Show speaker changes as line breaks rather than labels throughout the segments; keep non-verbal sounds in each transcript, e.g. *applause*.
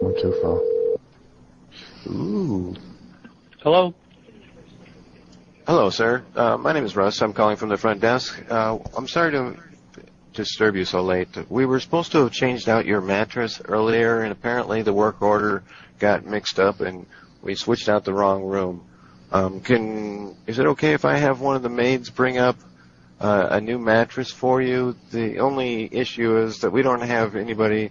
Went too far. Ooh.
Hello?
Hello, sir. Uh, my name is Russ. I'm calling from the front desk. Uh, I'm sorry to disturb you so late. We were supposed to have changed out your mattress earlier, and apparently the work order got mixed up, and we switched out the wrong room. Um, can is it okay if I have one of the maids bring up uh, a new mattress for you? The only issue is that we don't have anybody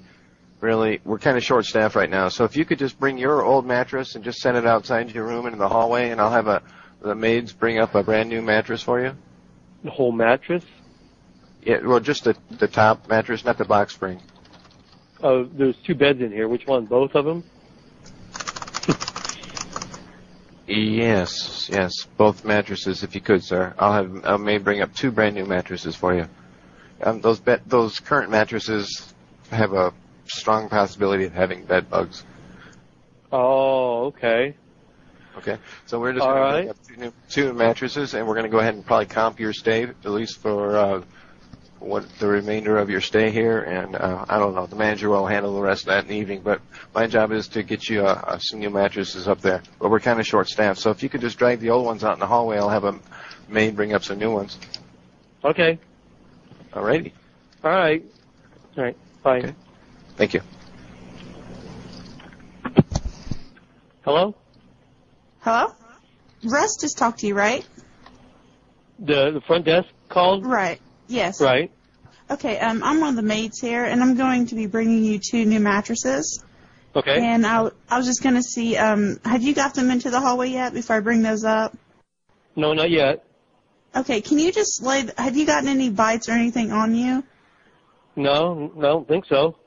really. We're kind of short staffed right now, so if you could just bring your old mattress and just send it outside your room and in the hallway, and I'll have a the maids bring up a brand new mattress for you?
The whole mattress?
Yeah, well, just the the top mattress, not the box spring.
Uh, there's two beds in here. Which one? Both of them?
Yes, yes, both mattresses, if you could, sir. I'll have I may bring up two brand new mattresses for you. Um, those be- those current mattresses have a strong possibility of having bed bugs.
Oh, okay.
Okay, so we're just
All right.
going to bring up two new, two mattresses, and we're going to go ahead and probably comp your stay at least for uh, what the remainder of your stay here. And uh, I don't know, the manager will handle the rest of that in the evening. But my job is to get you uh, uh, some new mattresses up there. But we're kind of short staffed, so if you could just drag the old ones out in the hallway, I'll have a maid bring up some new ones.
Okay.
All righty,
All right. All right. Bye.
Okay. thank you.
Hello?
Hello? Russ just talked to you, right?
The the front desk called?
Right. Yes.
Right.
Okay, um, I'm one of the maids here, and I'm going to be bringing you two new mattresses.
Okay.
And I, I was just going to see, um, have you got them into the hallway yet before I bring those up?
no, not yet.
Okay, can you just lay, th- have you gotten any bites or anything on you?
No, I don't think so.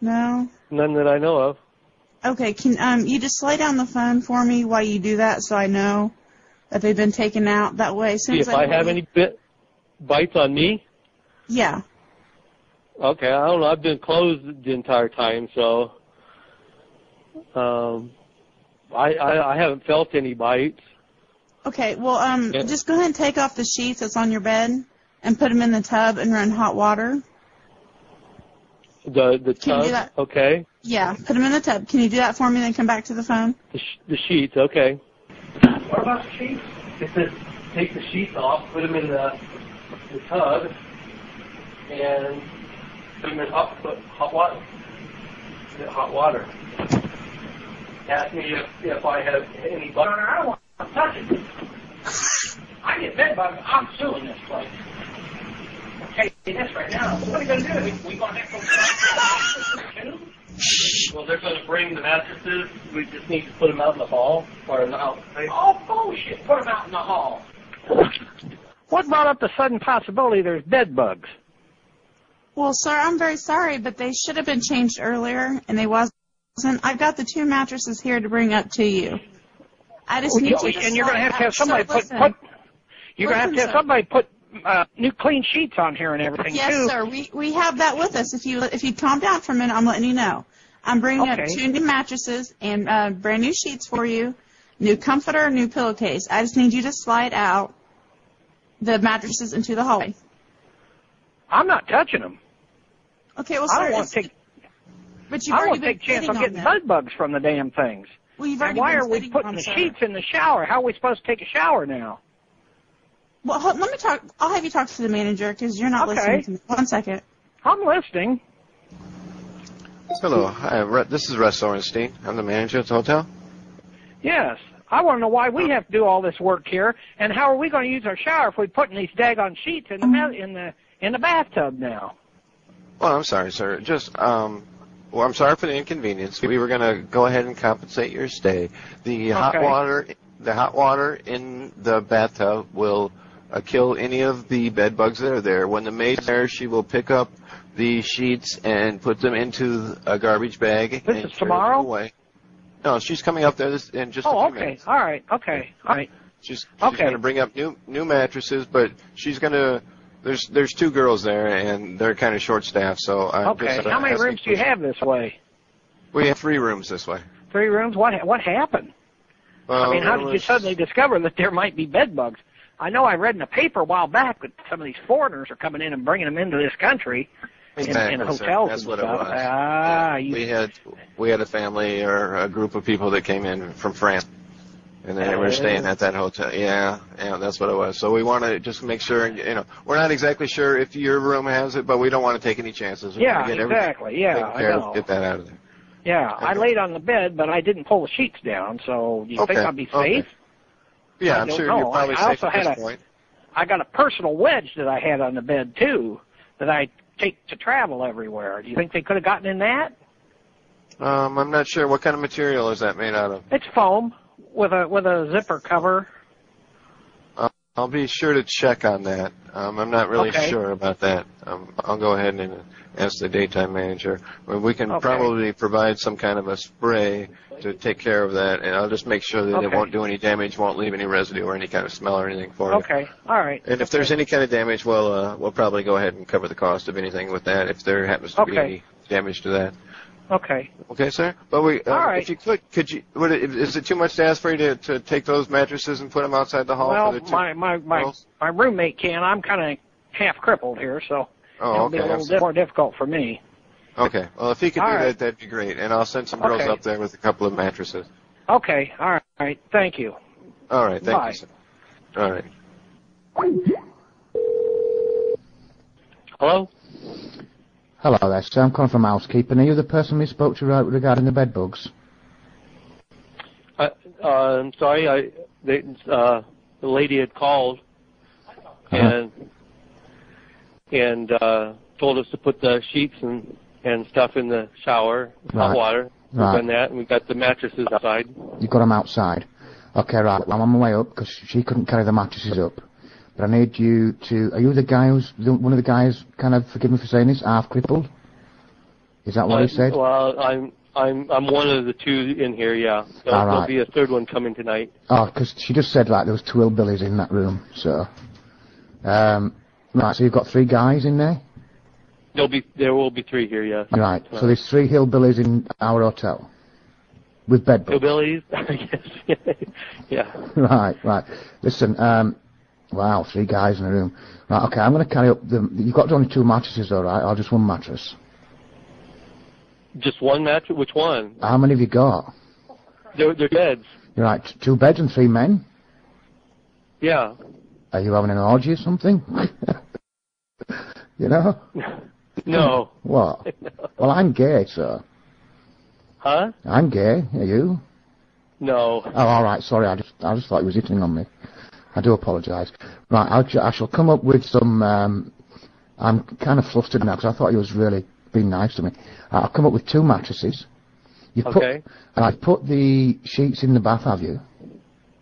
No?
None that I know of.
Okay, can, um, you just lay down the phone for me while you do that so I know that they've been taken out that way? As soon
See
as
if I have
leave-
any bit bites on me.
Yeah.
Okay, I don't know. I've been closed the entire time, so um, I, I I haven't felt any bites.
Okay, well, um,
Yeah.
just go ahead and take off the sheets that's on your bed and put them in the tub and run hot water.
The the
Can you
tongue,
do that?
okay.
Yeah, put them in the tub. Can you do that for me and then come back to the phone?
The, sh- the sheets, okay.
What about the sheets? It says take the sheets off, put them in the, the tub, and put them in hot, put hot water. Put it in Hot water. Ask me if, if I have any butter. I don't want to touch it. I get bit bugs. I'm suing this place. I'm taking this right now. What are we going to do? We, we going to have to well, they're going to bring the mattresses. We just need to put them out in the hall or in the outside. Oh, bullshit. Put them out in the hall.
What brought up the sudden possibility there's bed bugs?
Well, sir, I'm very sorry, but they should have been changed earlier and they wasn't. I've got the two mattresses here to bring up to you. I just need you to
and you're
slide
going to have to
up.
have somebody
Sir,
put,
listen.
put you're going to have
Listen,
to have
sir.
somebody put uh, new clean sheets on here and everything
Yes,
too.
sir. We we have that with us. If you if you calm down for a minute, I'm letting you know. I'm bringing up
Okay.
two new mattresses and uh, brand new sheets for you, new comforter, new pillowcase. I just need you to slide out the mattresses into the hallway.
I'm not touching them.
Okay, well,
I
sir,
don't want
it's-
to take
but you've
I
already
won't
been
take chance
sitting
on
on
getting
them.
bed bugs from the damn things.
Well, you've
And
already
why
been
are we
sitting
putting
on
the
them, sir.
sheets in the shower? How are we supposed to take a shower now?
Well, hold, let me talk. I'll have you talk to the manager because you're not
Okay.
listening to me. One second.
I'm listening.
Hello, hi. Ru- This is Russ Orenstein. I'm the manager at the hotel.
Yes. I want to know why we have to do all this work here, and how are we going to use our shower if we're putting these daggone sheets in the ma- in the in the bathtub now?
Well, Oh, I'm sorry, sir. Just, um, well, I'm sorry for the inconvenience. We were gonna go ahead and compensate your stay. The hot
Okay.
water, the hot water in the bathtub will uh, kill any of the bed bugs that are there. When the maid's there, she will pick up the sheets and put them into a garbage bag.
This
and
is
throw them
tomorrow?
Away. No, she's coming up there this, in just
Oh,
a few
okay.
minutes.
All right. Okay. All right.
She's, she's
Okay.
gonna bring up new new mattresses, but she's gonna. There's there's two girls there, and they're kind of short staffed. So I'm
Okay.
just, uh,
How many
asking
rooms do you
for-
have this way?
We have three rooms this way.
Three rooms. What what happened? I mean, how
Um,
did you suddenly discover that there might be bed bugs? I know I read in the paper a while back that some of these foreigners are coming in and bringing them into this country, in, in
Exactly, sir.
hotels
That's
and
what it
stuff.
was.
Ah, you,
we had we had a family or a group of people that came in from France, and they were staying at that hotel. Yeah, yeah, that's what it was. So we want to just make sure, you know, we're not exactly sure if your room has it, but we don't want to take any chances. We
yeah,
wanna get everything
exactly. Yeah,
taken
I
care of,
know.
Get that out of there.
Yeah, I
Okay.
laid on the bed, but I didn't pull the sheets down. So do you
Okay,
think I'd be
okay.
safe?
Yeah,
I
I'm
don't
sure
know.
you're probably
I
safe
also
at
had
this
a-
point.
I got a personal wedge that I had on the bed too, that I take to travel everywhere. Do you think they could have gotten in that?
Um, I'm not sure what kind of material is that made out of.
It's foam with a with a zipper cover.
I'll be sure to check on that. Um, I'm not really
Okay.
sure about that. Um, I'll go ahead and ask the daytime manager. Well, we can
Okay.
probably provide some kind of a spray to take care of that, and I'll just make sure that
Okay.
it won't do any damage, won't leave any residue or any kind of smell or anything for you.
Okay, all right.
And if there's any kind of damage, we'll uh, we'll probably go ahead and cover the cost of anything with that if there happens to be
Okay.
any damage to that.
Okay.
Okay, sir. But we, uh,
All right.
if you could, could you? Would it, is it too much to ask for you to, to take those mattresses and put them outside the hall
Well,
for the two?
my my my
girls?
my roommate can. I'm kind of half crippled here, so
oh,
it'll be
okay.
a
I'm
little
sorry.
more difficult for me.
Okay. Well, if he could
All
do
right.
that, that'd be great. And I'll send some girls
Okay.
up there with a couple of mattresses.
Okay. All right. All right. Thank you.
All right. Thank
Bye.
you, sir. All right.
Hello?
Hello there, sir. I'm calling from housekeeping. Are you the person we spoke to right regarding the bed bugs?
I, uh, I'm sorry. I they, uh, the lady had called
Uh-huh.
and and uh, told us to put the sheets and and stuff in the shower, hot
Right.
water.
Right.
We've done that, and we got the mattresses outside.
You got 'em outside. Okay, right. Well, I'm on my way up 'cause she couldn't carry the mattresses up. But I need you to. Are you the guy who's the, one of the guys? Kind of forgive me for saying this. Half crippled. Is that what you
Uh,
said?
Well, I'm I'm I'm one of the two in here. Yeah, so
All
there'll
right.
be a third one coming tonight.
Oh, 'cause she just said like there was two hillbillies in that room. So, um, right. So you've got three guys in there.
There'll be there will be three here. Yes.
Right. So there's three hillbillies in our hotel with bed bugs.
Hillbillies. *laughs* yes. *laughs* yeah.
*laughs* Right, right. Listen, um, wow, three guys in a room. Right, okay, I'm going to carry up the. You've got only two mattresses, all right, or just one mattress.
Just one mattress. Which one?
How many have you got?
They're, they're beds.
You're right, t- two beds and three men.
Yeah.
Are you having an orgy or something? *laughs* you know
No.
what? Well, I'm gay, sir.
Huh?
I'm gay. Are you?
No.
Oh, all right. Sorry, I just I just thought he was hitting on me. I do apologise. Right, I'll, ch- I shall come up with some. Um, I'm kind of flustered now because I thought he was really being nice to me. Uh, I'll come up with two mattresses. You put,
Okay.
And I've put the sheets in the bath. Have you?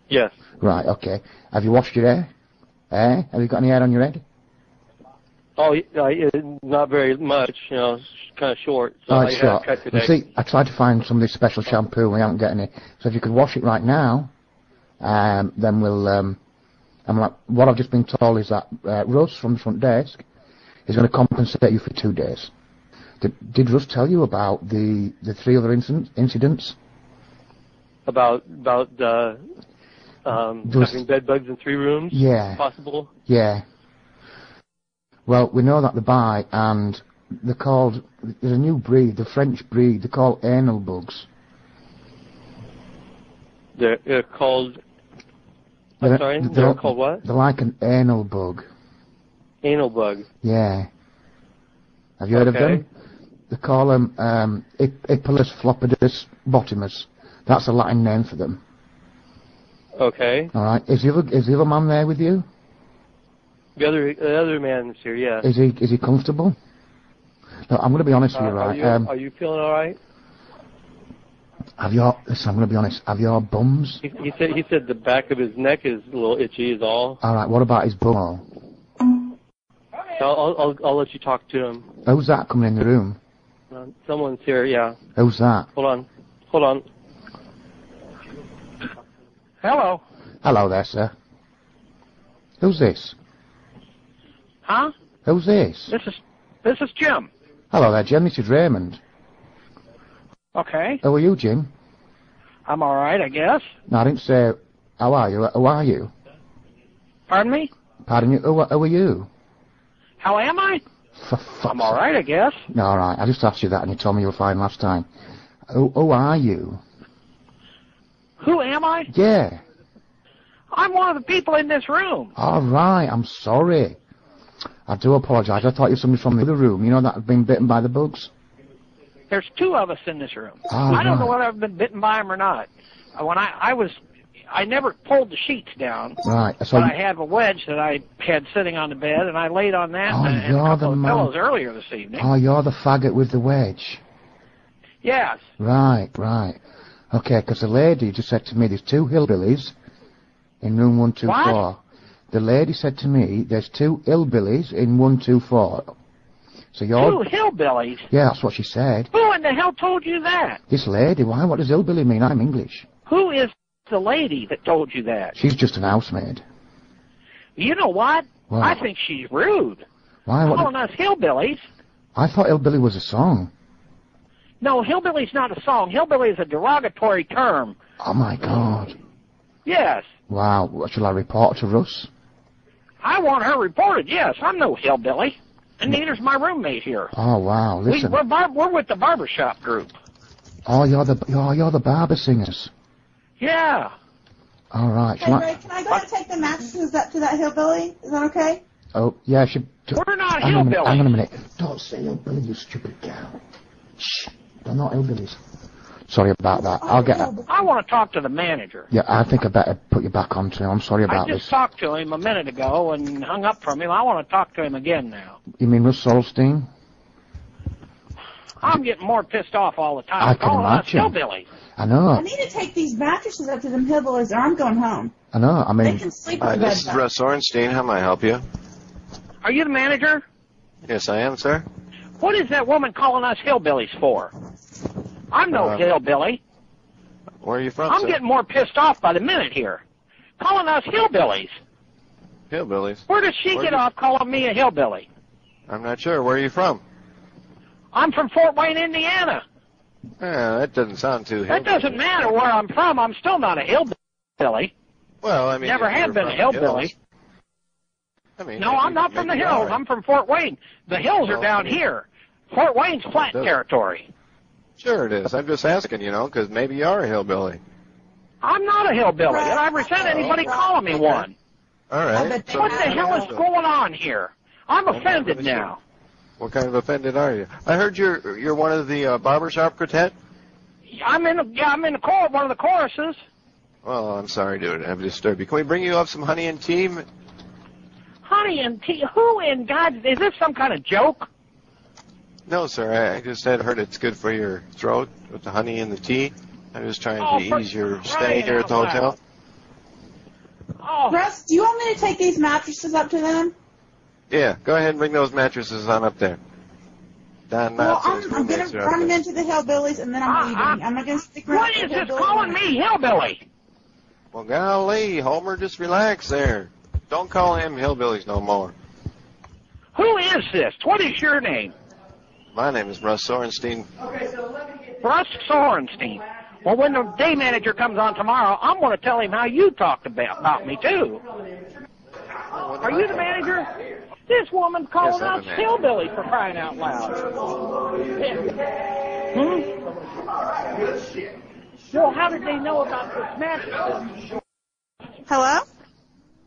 Yes.
Right. Okay. Have you washed your hair? Eh? Have you got any hair on your head?
Oh, uh, not very much. You know, kind of short. So
Oh,
I
it's
had a
short.
uh, cut today.
You see, I tried to find some of this special shampoo and we haven't got any. So if you could wash it right now, um, then we'll. Um, I'm like, what I've just been told is that uh, Russ from the front desk is going to compensate you for two days. Did, did Russ tell you about the, the three other incident, incidents?
About about uh, um,
There was-
having bed bugs in three rooms.
Yeah.
Possible.
Yeah. Well, we know that the by and they're called. There's a new breed, the French breed. They're called anal bugs.
They're, they're called. I'm
They're-
sorry. They're,
they're-
called what?
They're like an anal bug.
Anal bug.
Yeah. Have you heard of
Okay.
them? They call them um, Ip- Ippilus floppidus bottimus. That's a Latin name for them.
Okay.
All right. Is the other is the other man there with you?
The other the other man is here. Yeah.
Is he is he comfortable? No, I'm going to be honest
Uh,
with you,
are
right?
you
um,
are you feeling all right?
have your listen, I'm going to be honest. Have your bums?
He, he said he said the back of his neck is a little itchy. Is all.
All right. What about his bum?
So I'll I'll, I'll let you talk to him.
Who's that coming in the room?
Uh, Someone's here. Yeah.
Who's that?
Hold on. Hold on.
Hello.
Hello there, sir. Who's this?
Huh?
Who's this?
This is this is Jim.
Hello there, Jim. This is Raymond.
Okay.
How are you, Jim?
I'm all right, I guess.
No, I didn't say. How are you? Who are you?
Pardon me.
Pardon you. Who, who are you?
How am I?
For fuck's
I'm all right, I guess.
sake. No, all right. I just asked you that, and you told me you were fine last time. Who, who are you?
Who am I?
Yeah.
I'm one of the people in this room.
All right. I'm sorry. I do apologise. I thought you were somebody from the other room. You know that had been bitten by the bugs.
There's two of us in this room.
All
I don't know
right.
whether I've been bitten by them or not. Uh, When I, I was, I never pulled the sheets down,
Right. So
but I have a wedge that I had sitting on the bed, and I laid on that
Oh,
and, and a
you're
couple
the
of
man.
pillows earlier this evening.
oh, you're the faggot with the wedge.
Yes.
Right, right. Okay, 'cause the lady just said to me there's two hillbillies in room 124. The lady said to me there's two hillbillies in 124. So you're...
Two hillbillies.
Yeah, that's what she said.
Who in the hell told you that?
This lady, why? What does hillbilly mean? I'm English.
Who is the lady that told you that?
She's just an housemaid.
You know what?
What?
I think she's rude.
Why? What?
Calling us hillbillies.
I thought hillbilly was a song.
No, hillbilly's not a song. Hillbilly is a derogatory term.
Oh, my God.
Yes.
Wow. What, shall I report to Russ?
I want her reported. Yes, I'm no hillbilly. And neither's my roommate here.
Oh, wow.
We,
Listen.
we're, bar- we're with the barbershop group.
Oh, you're the, you're, you're the barber singers.
Yeah.
All right.
Hey,
Shall
Ray,
I...
can I go and take the mattresses up to that hillbilly? Is that okay?
Oh, yeah, she...
We're not
Hang on a minute,
hillbillies.
hang on a minute. Don't say hillbilly, you stupid cow. Shh, they're not hillbillies. Sorry about that. I'll get.
I want to talk to the manager.
Yeah, I think I better put you back on to. I'm sorry
I
about
just
this.
talked to him a minute ago and hung up from him. I want to talk to him again now.
You mean Russ Solstein?
I'm getting more pissed off all the time.
I can
Calling us
imagine.
hillbillies.
I
I
know,
need to take these mattresses up to them hillbillies, or I'm going home.
I know. I
They
mean,
can sleep
Hi,
in bed.
this is
though.
Russ Orenstein. How may I help you?
Are you the manager?
Yes, I am, sir.
What is that woman calling us hillbillies for? I'm no
Uh,
hillbilly.
Where are you from,
I'm
sir?
getting more pissed off by the minute here. Calling us hillbillies.
Hillbillies.
Where does she
Where
get
did-
off calling me a hillbilly?
I'm not sure. Where are you from?
I'm from Fort Wayne, Indiana.
Eh, that doesn't sound too hillbilly.
That doesn't matter where I'm from. I'm still not a hillbilly.
Well, I mean,
Never
if
have
you're
been a
from the
hillbilly.
hills- I mean,
No,
if
I'm
you
not
can
from the
make it
hills.
all
I'm
right.
from Fort Wayne. The hills are
Well,
down here. Fort Wayne's flat
does.
territory.
Sure it is. I'm just asking, you know, because maybe you are a hillbilly.
I'm not a hillbilly, and I resent anybody calling me one.
All
I
right.
bet they
So
What
you
the hell is
so
going on here? I'm
not
offended
really sure.
now.
What kind of offended are you? I heard you're you're one of the uh, barbershop quartet.
I'm in. The, yeah, I'm in the chor- one of the choruses.
Well, Oh, I'm sorry to have disturbed you. Can we bring you up some honey and tea?
Honey and tea. Who in God is this? Some kind of joke?
No, sir. I, I just had heard it's good for your throat with the honey and the tea. I'm just trying
Oh, for
to ease your
crying
stay here at the
out
hotel.
loud. Oh,
Russ, do you want me to take these mattresses up to them?
Yeah, go ahead and bring those mattresses on up there. Don
well,
Knotts and his
I'm, I'm going
roommates
to
are up
run them
there.
into the hillbillies, and then I'm
Uh,
leaving.
uh,
I'm not going to stick around.
what
for
is
the
this
hillbilly one.
calling me hillbilly?
Well, golly, Homer, just relax there. Don't call him hillbillies no more.
Who is this? What is your name?
My name is Russ Sorenstein.
Russ Sorenstein. Well, when the day manager comes on tomorrow, I'm going to tell him how you talked about, about me too. Are you the manager? This woman's calling
Yes, I'm
us
the manager.
hillbilly for crying out loud. Hmm? Well, how did they know about this mattress?
Hello?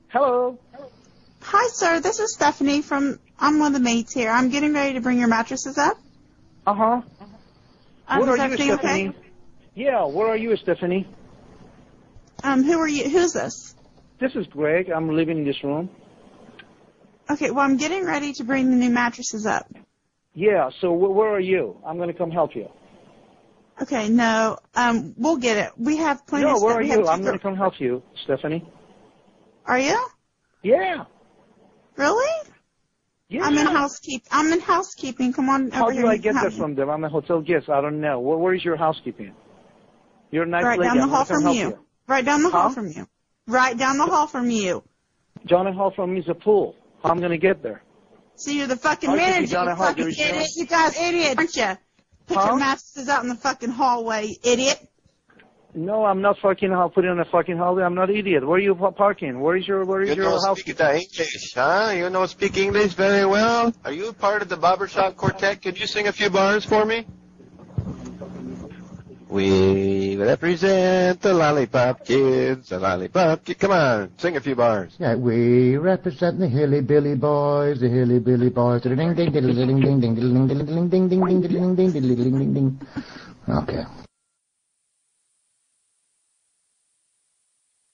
Hello.
Hi, sir. This is Stephanie from. I'm one of the maids here. I'm getting ready to bring your mattresses up.
Uh huh.
Um, is everything okay?
Yeah, what are you, Stephanie?
Um, who are you? Who's this?
This is Greg. I'm living in this room.
Okay, well, I'm getting ready to bring the new mattresses up.
Yeah, so wh- where are you? I'm going to come help you.
Okay, no, um, we'll get it. We have plenty
no,
of
where
stuff.
are
We have
you? I'm
two-
going to come help you, Stephanie.
Are you?
Yeah.
Really?
yeah.
I'm in housekeep. I'm in housekeeping. Come on
How
over
do
here.
I
You can
get
help
that
me.
from them? I'm a hotel guest. I don't know. Where, where is your housekeeping? You're a nice
Right
lady.
down the
I'm
hall
gonna come help
from you. Right down the hall
Huh?
from you. Right down the hall from you.
John and Hall from me is a pool. How I'm going to get there?
So you're the fucking
I should be
manager,
down
you
at Hall,
fucking
you're sure.
idiot. You guys idiot, aren't you? Put
Huh?
your mattresses out in the fucking hallway, you idiot.
No, I'm not fucking ho- putting on a fucking holiday. I'm not idiot. Where are you pa- parking? Where is your where is
You
your
don't
house?
speak the English, huh? You don't speak English very well. Are you part of the barbershop quartet? Could you sing a few bars for me? We represent the lollipop kids, the lollipop kids. Come on, sing a few bars.
Yeah, we represent the hilly billy boys, the hilly billy boys. Ding ding ding ding ding ding ding ding ding ding ding ding ding ding ding ding ding ding ding ding. Okay.